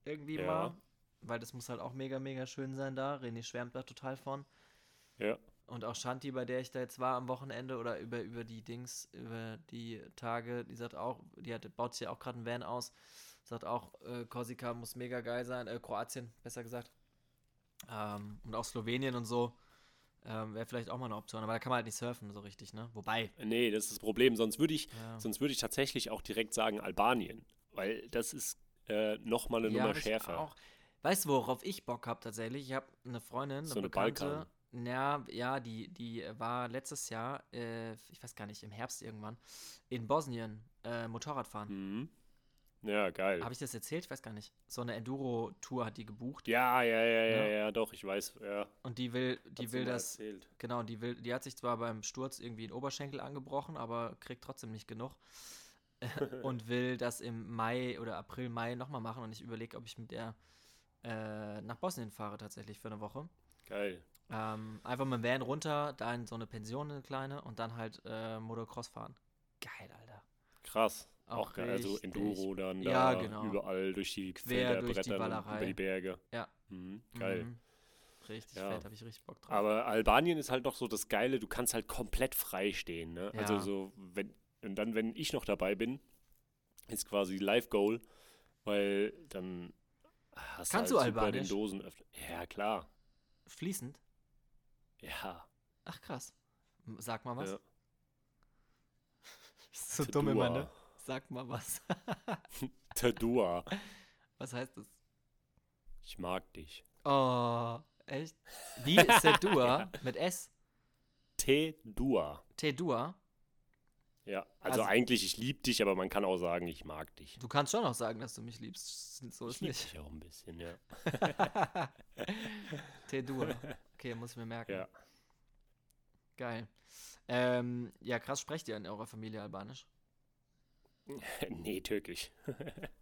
irgendwie
Ja.
mal, weil das muss halt auch mega, mega schön sein da. René schwärmt da total von.
Ja.
Und auch Shanti, bei der ich da jetzt war am Wochenende oder über, über die Dings, über die Tage, die sagt auch, die hat, baut sich ja auch gerade einen Van aus, sagt auch, äh, Korsika muss mega geil sein, äh, Kroatien, besser gesagt. Ähm, und auch Slowenien und so ähm, wäre vielleicht auch mal eine Option, aber da kann man halt nicht surfen so richtig, ne? Wobei, ähm,
Nee, das ist das Problem. Sonst würde ich,
ja,
sonst würde ich tatsächlich auch direkt sagen Albanien. Weil das ist äh, nochmal eine
ja,
Nummer
hab ich
schärfer.
Auch. Weißt du, worauf ich Bock habe tatsächlich? Ich habe eine Freundin, eine
So eine
Bekannte. Ja, ja, die, die war letztes Jahr, äh, ich weiß gar nicht, im Herbst irgendwann, in Bosnien äh, Motorradfahren.
Mhm. Ja, geil.
Habe ich das erzählt? Ich weiß gar nicht. So eine Enduro-Tour hat die gebucht
Ja, ja, ja, ja,
Ja.
ja, doch, ich weiß. Ja,
und die will, die
Hat's
will
mir mal
das,
Erzählt.
genau, die will, die hat sich zwar beim Sturz irgendwie den Oberschenkel angebrochen, aber kriegt trotzdem nicht genug und will das im Mai oder April, Mai nochmal machen und ich überlege, ob ich mit der äh, nach Bosnien fahre tatsächlich für eine Woche.
Geil.
Ähm, einfach mit dem Van runter, da in so eine Pension, eine kleine, und dann halt äh, Motocross fahren. Geil, Alter.
Krass. Auch
Auch
geil. Also
richtig.
Enduro dann da
Ja, genau.
überall durch die
Quer
Felder
durch die
brettern und über
Walachei.
die Berge.
Ja.
Mhm, geil.
Mhm. Richtig
Ja.
fett, habe ich richtig Bock drauf.
Aber Albanien ist halt noch so das Geile, du kannst halt komplett frei stehen, ne? Also
Ja.
so, wenn, und dann, wenn ich noch dabei bin, ist quasi Live-Goal, weil dann hast
Kannst
du,
du
halt super den
Albanisch?
Dosenöffner. Ja, klar.
Fließend?
Ja.
Ach krass. M- Sag mal was.
Ja.
So
Tadua.
dumm immer, ne? Sag mal was.
Tadua.
was heißt das?
Ich mag dich.
Oh, echt? Wie ist der Dua?
Ja.
Mit S?
Tedua.
T-Dua?
Ja, also,
Also-
eigentlich, ich liebe dich, aber man kann auch sagen, ich mag dich.
Du kannst schon noch sagen, dass du mich liebst. So ist
Ich liebe
nicht.
dich auch ein bisschen, ja.
T-Dua. Okay, muss ich mir merken.
Ja.
Geil. Ähm, ja, krass, sprecht ihr in eurer Familie Albanisch?
nee, türkisch.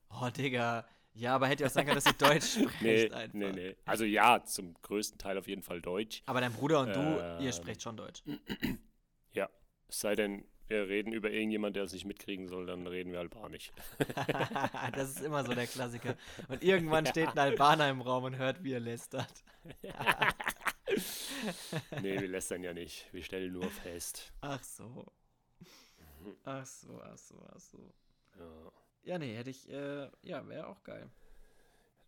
Oh, Digga. Ja, aber hätte ja auch sagen können, dass ihr Deutsch sprecht
Nee,
einfach.
nee, nee. Also ja, zum größten Teil auf jeden Fall Deutsch.
Aber dein Bruder und du,
Ähm.
ihr sprecht schon Deutsch.
Es sei denn, wir reden über irgendjemanden, der es nicht mitkriegen soll, dann reden wir halt Albanisch.
das ist immer so der Klassiker. Und irgendwann steht ein Albaner im Raum und hört, wie ihr lästert.
Nee, wir lästern ja nicht. Wir stellen nur fest.
Ach so. Ach so, ach so, ach so.
Ja.
Ja, nee, hätte ich, äh, ja, wäre auch geil.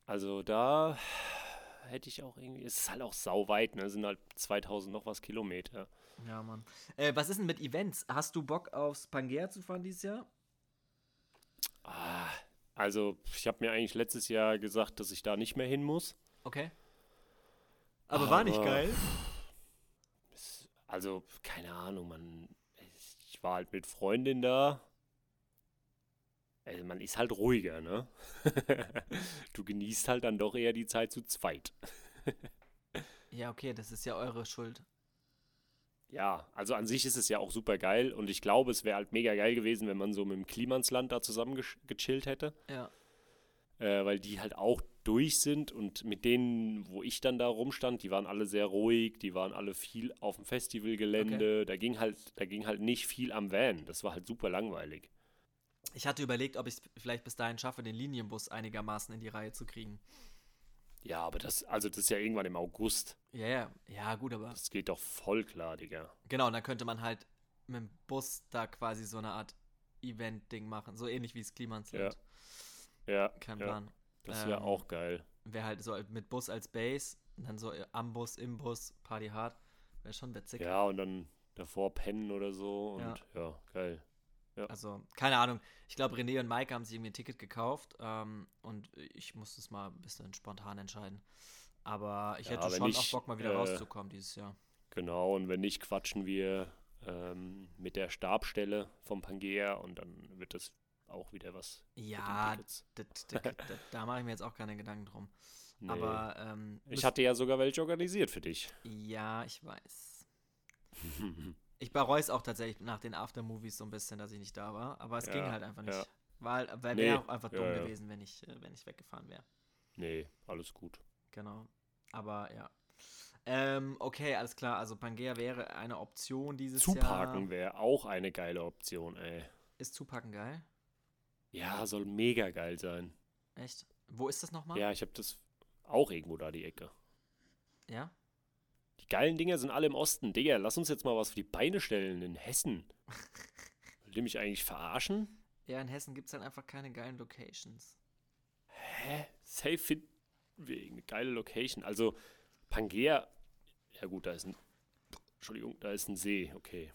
Also da hätte ich auch irgendwie. Es ist halt auch sauweit, ne? Es sind halt 2000 noch was Kilometer.
Ja, Mann. Äh, was ist denn mit Events? Hast du Bock aufs Pangea zu fahren dieses Jahr?
Ah, also, ich habe mir eigentlich letztes Jahr gesagt, dass ich da nicht mehr hin muss.
Okay. Aber war nicht
Aber-
geil.
Es- Also, keine Ahnung, man. Ich war halt mit Freundin da. Also, man ist halt ruhiger, ne? du genießt halt dann doch eher die Zeit zu zweit.
Ja, okay, das ist ja eure Schuld.
Ja, also an sich ist es ja auch super geil und ich glaube, es wäre halt mega geil gewesen, wenn man so mit dem Klimansland da zusammen gesch- gechillt hätte,
Ja.
äh, weil die halt auch durch sind und mit denen, wo ich dann da rumstand, die waren alle sehr ruhig, die waren alle viel auf dem Festivalgelände, da ging halt, da ging halt nicht viel am Van, das war halt super langweilig.
Ich hatte überlegt, ob ich es vielleicht bis dahin schaffe, den Linienbus einigermaßen in die Reihe zu kriegen.
Ja, aber das, also das ist ja irgendwann im August,
Ja, ja, ja, gut, aber.
das geht doch voll klar, Digga.
Genau, und dann könnte man halt mit dem Bus da quasi so eine Art Event-Ding machen. So ähnlich wie es Klimansland.
Ja,
Kein
ja,
Plan.
das wäre
Ähm,
auch geil.
Wäre halt so mit Bus als Base und dann so am Bus, im Bus, Party hard. Wäre schon witzig.
Ja, und dann davor pennen oder so und
Ja.
ja geil.
Also, keine Ahnung. Ich glaube, René und Maike haben sich irgendwie ein Ticket gekauft ähm, und ich musste es mal ein bisschen spontan entscheiden. Aber ich
Ja,
hätte
wenn
schon auch
nicht,
Bock, mal wieder
äh,
rauszukommen dieses Jahr.
Genau, und wenn nicht, quatschen wir ähm, mit der Stabstelle vom Pangea und dann wird das auch wieder was. mit den
Ja,
Tickets.
das- das- das- da mache ich mir jetzt auch keine Gedanken drum.
Nee.
Aber ähm,
ich
müsst-
hatte ja sogar welche organisiert für dich.
ja, ich weiß. Ich bereue es auch tatsächlich nach den Aftermovies so ein bisschen, dass ich nicht da war. Aber es ging
Ja,
halt einfach
ja.
nicht. Weil, weil
Nee,
wäre auch einfach dumm
ja, ja.
gewesen, wenn ich, äh, wenn ich weggefahren wäre.
nee, alles gut.
Genau. Aber ja. Ähm, okay, alles klar. Also Pangea wäre eine Option dieses
Zuparken
Jahr.
wäre auch eine geile Option, ey.
Ist Zupacken geil?
Ja, soll mega geil sein.
Echt? Wo ist das nochmal?
Ja, ich habe das auch irgendwo da die Ecke.
Ja?
Die geilen Dinger sind alle im Osten. Digga, lass uns jetzt mal was für die Beine stellen in Hessen. Will die mich eigentlich verarschen?
Ja, in Hessen gibt es halt einfach keine geilen Locations.
Hä? Safe finden wir irgendeine geile Location. Also, Pangea. Ja, gut, da ist ein. Entschuldigung, da ist ein See, okay.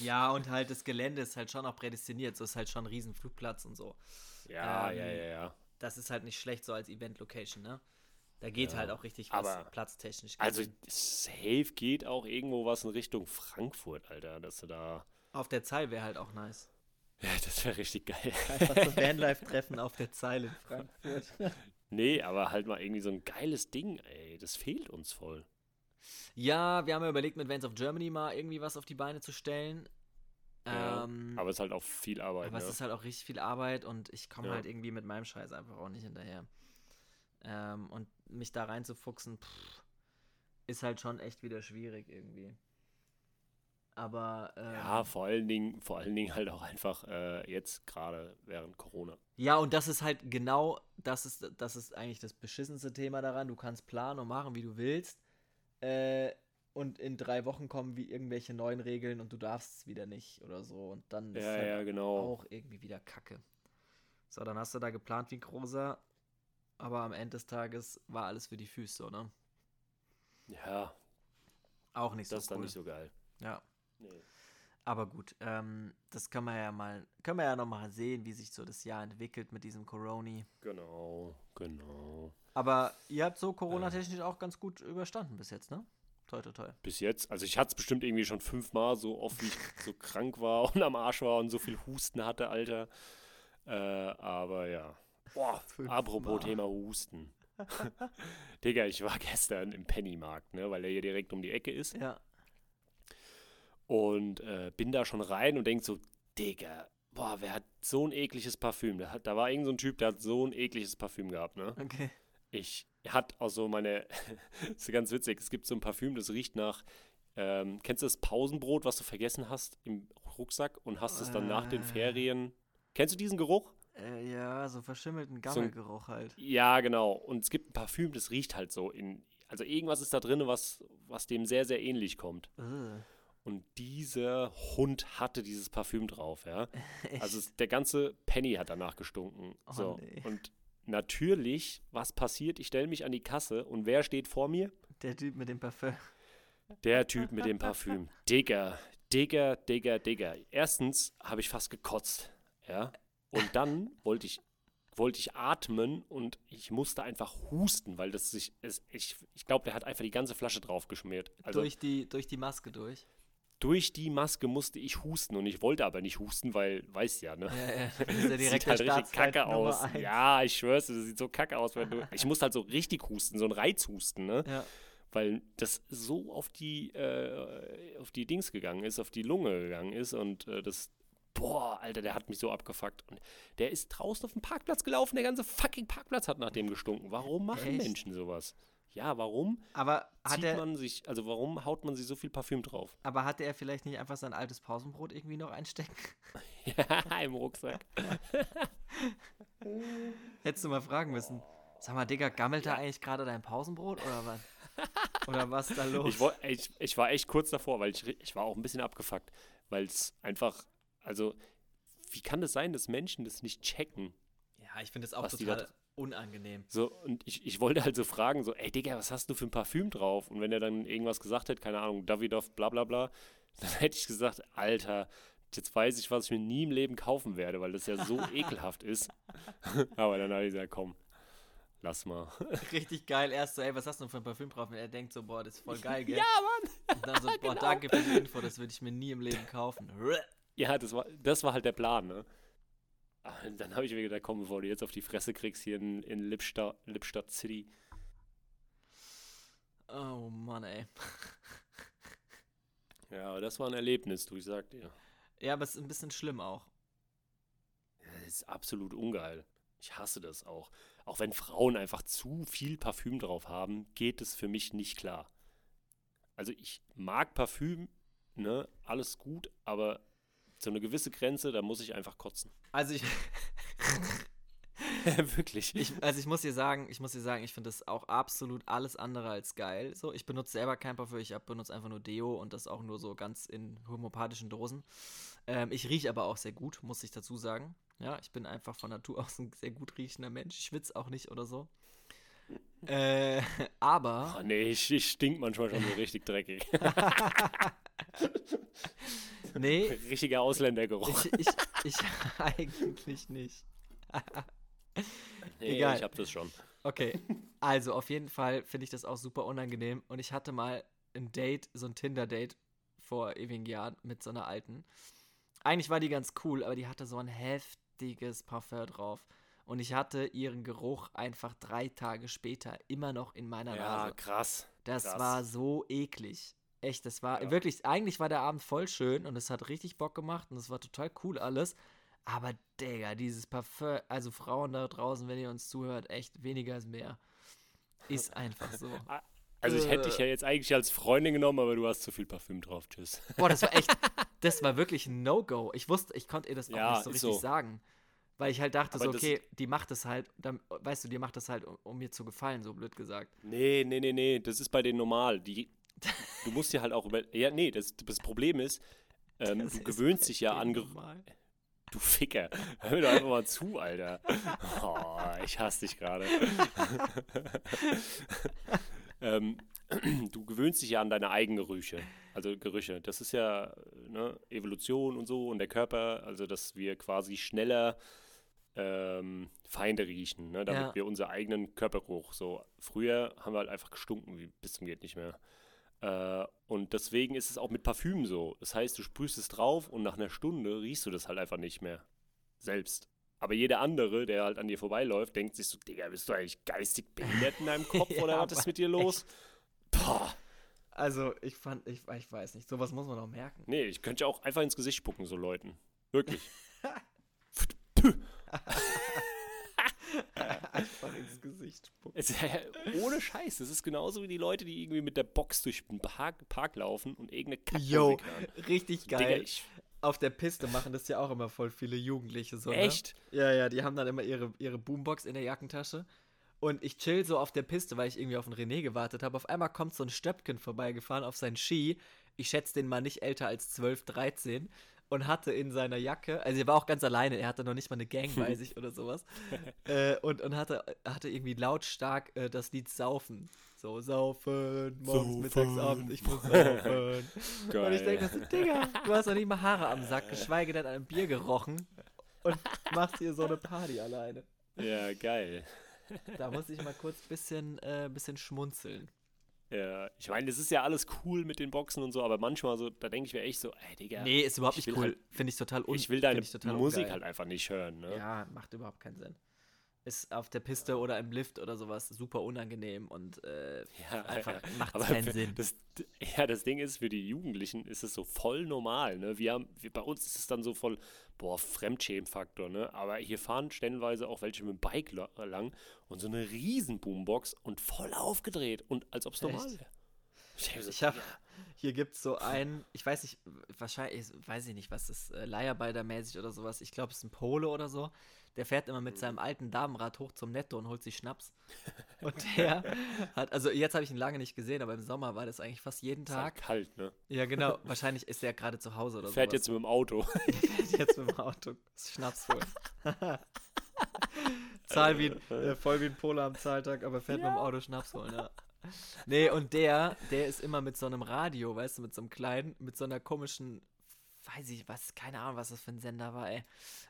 Ja, und halt das Gelände ist halt schon auch prädestiniert. So ist halt schon ein riesen Flugplatz und so.
Ja,
Ähm,
ja, ja, ja.
Das ist halt nicht schlecht so als Event-Location, ne? Da geht
Ja,
halt auch richtig was
aber-
platztechnisch.
Also
gesehen.
safe geht auch irgendwo was in Richtung Frankfurt, Alter, dass du da.
auf der Zeil wäre halt auch nice.
Ja, das wäre richtig geil.
Einfach so Vanlife-Treffen auf der Zeil in Frankfurt.
Nee, aber halt mal irgendwie so ein geiles Ding, ey. Das fehlt uns voll.
Ja, wir haben ja überlegt, mit Vans of Germany mal irgendwie was auf die Beine zu stellen.
Ja,
ähm,
Aber es ist halt auch viel Arbeit.
aber
ne?
es ist halt auch richtig viel Arbeit und ich komme
Ja.
halt irgendwie mit meinem Scheiß einfach auch nicht hinterher. Ähm, und mich da reinzufuchsen, pff, ist halt schon echt wieder schwierig irgendwie. Aber ähm,
ja, vor allen Dingen, vor allen Dingen halt auch einfach äh, jetzt gerade während Corona.
Ja, und das ist halt genau, das ist, das ist eigentlich das beschissenste Thema daran. Du kannst planen und machen, wie du willst. Äh, und in drei Wochen kommen wie irgendwelche neuen Regeln und du darfst es wieder nicht oder so. Und dann ist
Ja,
halt
ja, genau.
auch irgendwie wieder Kacke. So, dann hast du da geplant wie ein großer, aber am Ende des Tages war alles für die Füße, oder?
Ja,
Auch nicht so
das ist
cool.
dann nicht so geil.
Ja.
Nee.
Aber gut, ähm, das kann man ja mal, können wir ja noch mal sehen, wie sich so das Jahr entwickelt mit diesem Coroni.
Genau, genau.
Aber ihr habt so Corona-technisch auch ganz gut überstanden bis jetzt, ne? Toi, toi, toi.
Bis jetzt, also ich hatte es bestimmt irgendwie schon fünfmal, so oft wie ich so krank war und am Arsch war und so viel Husten hatte, Alter. Äh, aber ja. Boah,
Fünfmal.
apropos Thema Husten. Digga, ich war gestern im Pennymarkt, ne, weil er hier direkt um die Ecke ist.
Ja.
Und äh, bin da schon rein und denk so, Digga, boah, wer hat so ein ekliges Parfüm? Da, hat, da war irgend so ein Typ, der hat so ein ekliges Parfüm gehabt, ne?
Okay.
Ich hat auch so meine, ist ganz witzig, es gibt so ein Parfüm, das riecht nach, ähm, kennst du das Pausenbrot, was du vergessen hast im Rucksack und hast es dann nach den
Äh.
Ferien. Kennst du diesen Geruch?
Äh, ja, so verschimmelten
So ein-
Gammelgeruch halt.
Ja, genau. Und es gibt ein Parfüm, das riecht halt so in, also irgendwas ist da drin, was, was dem sehr, sehr ähnlich kommt.
Äh,
Und dieser Hund hatte dieses Parfüm drauf, ja.
echt.
Also es, der ganze Penny hat danach gestunken.
Oh,
so.
nee.
Und natürlich, was passiert? Ich stelle mich an die Kasse und wer steht vor mir?
der Typ mit dem Parfüm.
Der Typ mit dem Parfüm. Digga, Digga, Digga, Digga. Erstens habe ich fast gekotzt. Ja. Und dann wollte ich, wollte ich atmen und ich musste einfach husten, weil das sich. Es, ich ich glaube, der hat einfach die ganze Flasche draufgeschmiert. Also
durch,
durch,
die, durch die Maske durch.
die Maske musste ich husten und ich wollte aber nicht husten, weil, weißt ja, ne?
Ja, ja. Das ist ja direkt
sieht halt
der
richtig
Staatsfeind
kacke
Nummer
aus.
eins.
Ja, ich schwör's, dir, das sieht so kacke aus, wenn du. Ich musste halt so richtig husten, so einen Reiz husten, ne?
ja.
weil das so auf die äh, auf die Dings gegangen ist, auf die Lunge gegangen ist und äh, das boah, Alter, der hat mich so abgefuckt und der ist draußen auf dem Parkplatz gelaufen, der ganze fucking Parkplatz hat nach dem gestunken. Warum machen
Echt?
Menschen sowas? Ja, warum
Aber hat
zieht
er,
man sich, also warum haut man sich so viel Parfüm drauf?
aber hatte er vielleicht nicht einfach sein altes Pausenbrot irgendwie noch einstecken?
ja, im Rucksack.
Hättest du mal fragen müssen.
Oh.
Sag mal, Digga, gammelt da eigentlich gerade dein Pausenbrot oder was? oder was ist da los?
Ich, woll- ich, ich war echt kurz davor, weil ich, ri- ich war auch ein bisschen abgefuckt, weil es einfach, also wie kann das sein, dass Menschen das nicht checken?
ja, ich finde das auch
Was die da-
total unangenehm.
So, und ich, ich wollte halt so fragen, so, ey Digga, was hast du für ein Parfüm drauf? Und wenn er dann irgendwas gesagt hätte, keine Ahnung, Davidoff, bla bla bla, dann hätte ich gesagt, Alter, jetzt weiß ich, was ich mir nie im Leben kaufen werde, weil das ja so ekelhaft ist. Aber dann habe ich gesagt, komm, lass mal.
Richtig geil, erst so, ey, was hast du denn für ein Parfüm drauf? Und er denkt so, boah, das ist voll geil, gell?
Ja, Mann!
Und dann so, boah, danke für die Info, das würde ich mir nie im Leben kaufen.
Ja, das war, das war halt der Plan, ne? Aber dann habe ich mir gedacht, komm, bevor du jetzt auf die Fresse kriegst hier in, in Lippstadt, Lippstadt City.
Oh Mann, ey.
Ja, aber das war ein Erlebnis, du, ich sag dir.
Ja, aber es ist ein bisschen schlimm auch.
Das ist absolut ungeil. Ich hasse das auch. Auch wenn Frauen einfach zu viel Parfüm drauf haben, geht es für mich nicht klar. Also ich mag Parfüm, ne, alles gut, aber so eine gewisse Grenze, da muss ich einfach kotzen.
Also ich,
Wirklich.
ich, also ich muss dir sagen, ich muss dir sagen, ich finde das auch absolut alles andere als geil. So, ich benutze selber kein Parfüm, ich hab- benutze einfach nur Deo und das auch nur so ganz in homöopathischen Dosen. Ähm, ich rieche aber auch sehr gut, muss ich dazu sagen. Ja, ich bin einfach von Natur aus ein sehr gut riechender Mensch. Ich schwitze auch nicht oder so. Äh, aber
Oh, nee, ich, ich stink manchmal schon so richtig dreckig.
nee,
Richtiger Ausländergeruch.
Ich, ich, ich eigentlich nicht.
Nee,
Egal.
ich hab das schon.
Okay, also auf jeden Fall finde ich das auch super unangenehm. Und ich hatte mal ein Date, so ein Tinder-Date vor ewigen Jahren mit so einer alten. Eigentlich war die ganz cool, aber die hatte so ein heftiges Parfum drauf. Und ich hatte ihren Geruch einfach drei Tage später immer noch in meiner
Ja,
Nase.
krass.
Das
krass.
war so eklig. Echt, das war
Ja.
wirklich, eigentlich war der Abend voll schön und es hat richtig Bock gemacht und es war total cool alles. Aber Digga, dieses Parfum, also Frauen da draußen, wenn ihr uns zuhört, echt weniger ist mehr. Ist einfach so.
Also ich hätte dich
Äh.
ja jetzt eigentlich als Freundin genommen, aber du hast zu viel Parfüm drauf. Tschüss.
Boah, das war echt, das war wirklich ein No-Go. Ich wusste, ich konnte ihr das auch
Ja,
nicht so
ist
richtig
so.
sagen. Weil ich halt dachte,
Aber
so,
das-
okay, die macht das halt, dann, weißt du, die macht das halt, um, um mir zu gefallen, so blöd gesagt.
Nee, nee, nee, nee, das ist bei denen normal. Die, du musst dir halt auch über. Ja, nee, das, das Problem ist, ähm,
Das
du
ist
gewöhnst dich ja
echt
an. Ger-
normal.
Du Ficker. Hör mir doch einfach mal zu, Alter. Oh, ich hasse dich gerade. ähm, du gewöhnst dich ja an deine Eigengerüche. Also Gerüche. Das ist ja ne, Evolution und so und der Körper, also dass wir quasi schneller ähm, Feinde riechen, ne, damit
Ja.
wir unseren eigenen Körpergeruch so. Früher haben wir halt einfach gestunken, wie bis zum geht nicht mehr. Äh, und deswegen ist es auch mit Parfüm so. Das heißt, du sprühst es drauf und nach einer Stunde riechst du das halt einfach nicht mehr. Selbst. Aber jeder andere, der halt an dir vorbeiläuft, denkt sich so, Digga, bist du eigentlich geistig behindert in deinem Kopf
Ja,
oder was
aber
ist mit dir los? Boah.
Also, ich fand, ich, ich weiß nicht, sowas muss man auch merken.
Nee, ich könnte ja auch einfach ins Gesicht spucken, so Leuten. Wirklich.
Einfach ins Gesicht spucken.
Es, äh, ohne Scheiß. Das ist genauso wie die Leute, die irgendwie mit der Box durch den Park, Park laufen und irgendeine Kacke
Yo,
hören.
richtig
Digga,
geil.
ich,
Auf der Piste machen das ja auch immer voll viele Jugendliche so.
echt?
Ne? Ja, ja, die haben dann immer ihre, ihre Boombox in der Jackentasche. Und ich chill so auf der Piste, weil ich irgendwie auf den René gewartet habe. Auf einmal kommt so ein Stöpken vorbeigefahren auf seinen Ski. Ich schätze den mal nicht älter als 12, 13. Und hatte in seiner Jacke, also er war auch ganz alleine, er hatte noch nicht mal eine Gang bei sich oder sowas. Äh, und und hatte, hatte irgendwie lautstark äh, das Lied Saufen. So, saufen, morgens, mittags,
Saufen.
abends, ich muss saufen.
Geil.
Und ich denke so, Digga, du hast doch nicht mal Haare am Sack, geschweige denn an einem Bier gerochen und machst hier so eine Party alleine.
ja, geil.
Da muss ich mal kurz ein bisschen, äh, bisschen schmunzeln.
Ja, ich meine, das ist ja alles cool mit den Boxen und so, aber manchmal so, da denke ich mir echt so, ey, Digga,
nee, ist überhaupt
ich
nicht
will
cool.
halt-
Finde ich total un
ich will deine
find ich total
Musik
ungeil.
halt einfach nicht hören, ne?
Ja, macht überhaupt keinen Sinn. Ist auf der Piste oder im Lift oder sowas super unangenehm und äh,
Ja,
einfach
ja.
macht
Aber
keinen
für-
Sinn.
Das, ja, das Ding ist, für die Jugendlichen ist es so voll normal. Ne? Wir haben, wir, bei uns ist es dann so voll, boah, Fremdschämenfaktor. Ne? Aber hier fahren stellenweise auch welche mit dem Bike la- lang und so eine riesen Boombox und voll aufgedreht und als ob es normal
Echt?
wäre. Ich denke so,
Ich habe hier gibt's so einen, ich weiß nicht, wahrscheinlich ist- weiß ich nicht, was das äh, Leiharbeitermäßig oder sowas. Ich glaube, es ist ein Pole oder so. Der fährt immer mit seinem alten Damenrad hoch zum Netto und holt sich Schnaps. Und der hat, also jetzt habe ich ihn lange nicht gesehen, aber im Sommer war das eigentlich fast jeden
ist halt
Tag.
kalt, ne?
Ja, genau. Wahrscheinlich ist er gerade zu Hause oder so.
Fährt jetzt mit dem Auto.
fährt jetzt mit dem Auto Schnaps holen. Zahl wie, äh, voll wie ein Pole am Zahltag, aber fährt mit dem Auto Schnaps holen, ja. Nee, und der, der ist immer mit so einem Radio, weißt du, mit so einem kleinen, mit so einer komischen, weiß ich was, keine Ahnung, was das für ein Sender war, ey.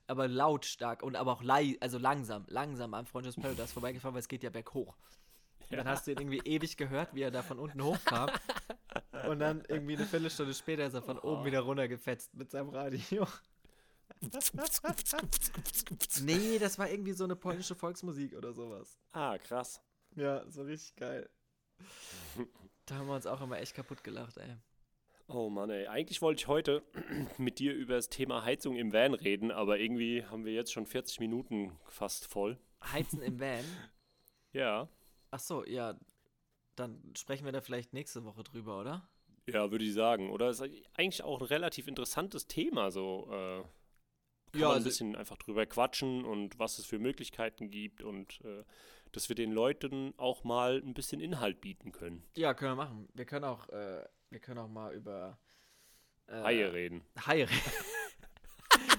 Aber lautstark und aber auch lei, also langsam, langsam am Freundes Paradise vorbeigefahren, weil es geht ja berghoch. Und dann hast du ihn irgendwie ewig gehört, wie er da von unten hochkam. Und dann irgendwie eine Viertelstunde später ist er von oben wieder runtergefetzt mit seinem Radio. Nee, das war irgendwie so eine polnische Volksmusik oder sowas.
ah, krass.
Ja, so richtig geil. Da haben wir uns auch immer echt kaputt gelacht, ey.
Oh Mann, ey. Eigentlich wollte ich heute mit dir über das Thema Heizung im Van reden, aber irgendwie haben wir jetzt schon 40 Minuten fast voll.
Heizen im Van.
Ja.
Ach so, ja. Dann sprechen wir da vielleicht nächste Woche drüber, oder?
Ja, würde ich sagen, oder? Ist eigentlich auch ein relativ interessantes Thema, so. Äh, kann
Ja,
man ein
also-
bisschen einfach drüber quatschen und was es für Möglichkeiten gibt und äh, dass wir den Leuten auch mal ein bisschen Inhalt bieten können.
Ja, können wir machen. Wir können auch, äh, wir können auch mal über äh,
Haie reden.
Haie reden.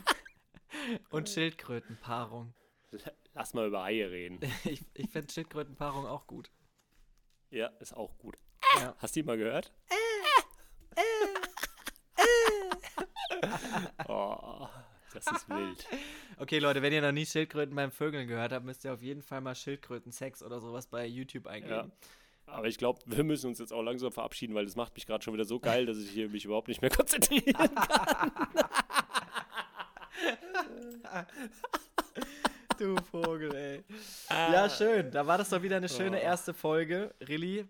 Und Schildkrötenpaarung.
L- Lass mal über Haie reden.
Ich, ich fände Schildkrötenpaarung auch gut.
ja, ist auch gut.
Ja.
Hast du die mal gehört? Äh. oh, Das ist wild.
Okay, Leute, wenn ihr noch nie Schildkröten beim Vögeln gehört habt, müsst ihr auf jeden Fall mal Schildkröten-Sex oder sowas bei YouTube
Ja.
eingeben.
Aber ich glaube, wir müssen uns jetzt auch langsam verabschieden, weil das macht mich gerade schon wieder so geil, dass ich hier mich überhaupt nicht mehr konzentrieren kann.
Du Vogel, ey.
Ah.
Ja, schön. Da war das doch wieder eine schöne erste Folge. Rilly,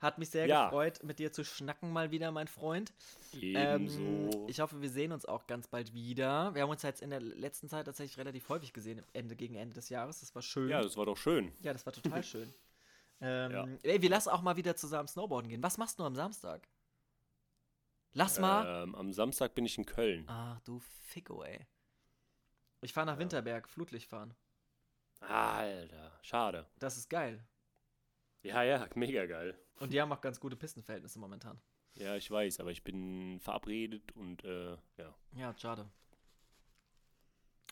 hat mich sehr
Ja.
gefreut, mit dir zu schnacken mal wieder, mein Freund. Ähm,
Ebenso.
ich hoffe, wir sehen uns auch ganz bald wieder. Wir haben uns ja jetzt in der letzten Zeit tatsächlich relativ häufig gesehen, Ende gegen Ende des Jahres. Das war schön.
ja, das war doch schön.
Ja, das war total schön. Ähm, Ey, wir lassen auch mal wieder zusammen Snowboarden gehen. Was machst du am Samstag? Lass mal.
Ähm, am Samstag bin ich in Köln.
Ach, du Ficko, ey. Ich fahre nach Winterberg, Flutlicht fahren. Ah.
Alter, schade.
Das ist geil.
Ja, ja, mega geil.
Und die haben auch ganz gute Pistenverhältnisse momentan.
Ja, ich weiß, aber ich bin verabredet und äh, ja,
Ja, schade.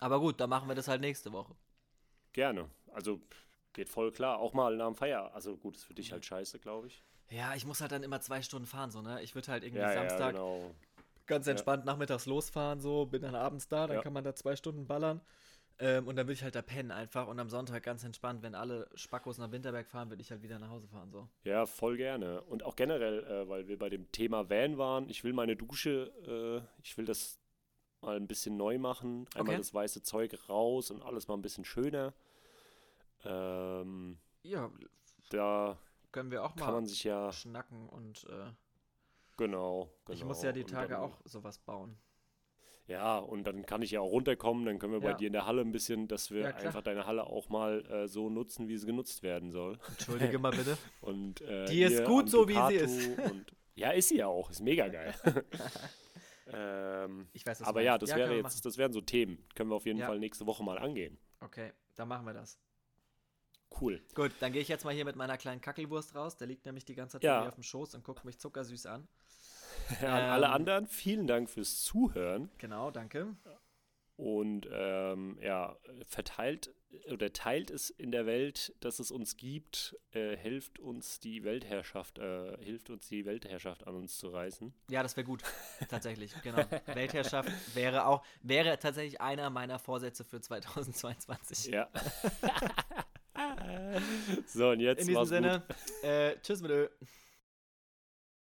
Aber gut, dann machen wir das halt nächste Woche.
gerne. Also pff, geht voll klar. Auch mal nach dem Feier. Also gut, ist für dich halt scheiße, glaube ich.
Ja, ich muss halt dann immer zwei Stunden fahren, so, ne? Ich würde halt irgendwie
Ja, ja,
Samstag
genau.
ganz entspannt nachmittags losfahren, so, bin dann abends da, dann
Ja.
kann man da zwei Stunden ballern. Ähm, und dann würde ich halt da pennen einfach und am Sonntag ganz entspannt, wenn alle Spackos nach Winterberg fahren, würde ich halt wieder nach Hause fahren, so.
Ja, voll gerne. Und auch generell, äh, weil wir bei dem Thema Van waren, ich will meine Dusche, äh, ich will das mal ein bisschen neu machen. Einmal
Okay.
das weiße Zeug raus und alles mal ein bisschen schöner. Ähm,
Ja,
da
können wir auch mal
kann man sich ja,
schnacken und äh,
genau, genau.
ich muss ja die
Und
Tage
dann,
auch sowas bauen.
Ja, und dann kann ich ja auch runterkommen, dann können wir
Ja.
bei dir in der Halle ein bisschen, dass wir
Ja, klar.
einfach deine Halle auch mal äh, so nutzen, wie sie genutzt werden soll.
Entschuldige mal bitte.
Und, äh,
Die ist
hier
gut
am
so, wie sie
Ducato Und, ja, ist sie ja auch. Ist mega geil. ähm,
Ich weiß, was du
aber ja,
meinst.
das,
Ja,
wäre
können wir
jetzt, das wären so Themen. Können wir auf jeden
Ja.
Fall nächste Woche mal angehen.
Okay, dann machen wir das.
Cool.
Gut, dann gehe ich jetzt mal hier mit meiner kleinen Kackelwurst raus. Der liegt nämlich die ganze Zeit
Ja.
bei mir auf dem Schoß und guckt mich zuckersüß an.
An alle
Ähm.
anderen, vielen Dank fürs Zuhören.
Genau, danke.
Und ähm, ja, verteilt oder teilt es in der Welt, dass es uns gibt, äh, hilft uns die Weltherrschaft, äh, hilft uns die Weltherrschaft an uns zu reißen.
Ja, das wäre gut. Tatsächlich, genau. Weltherrschaft wäre auch, wäre tatsächlich einer meiner Vorsätze für 2022.
Ja. so, und jetzt
In diesem
mach's gut.
Sinne, äh, tschüss mit Ö.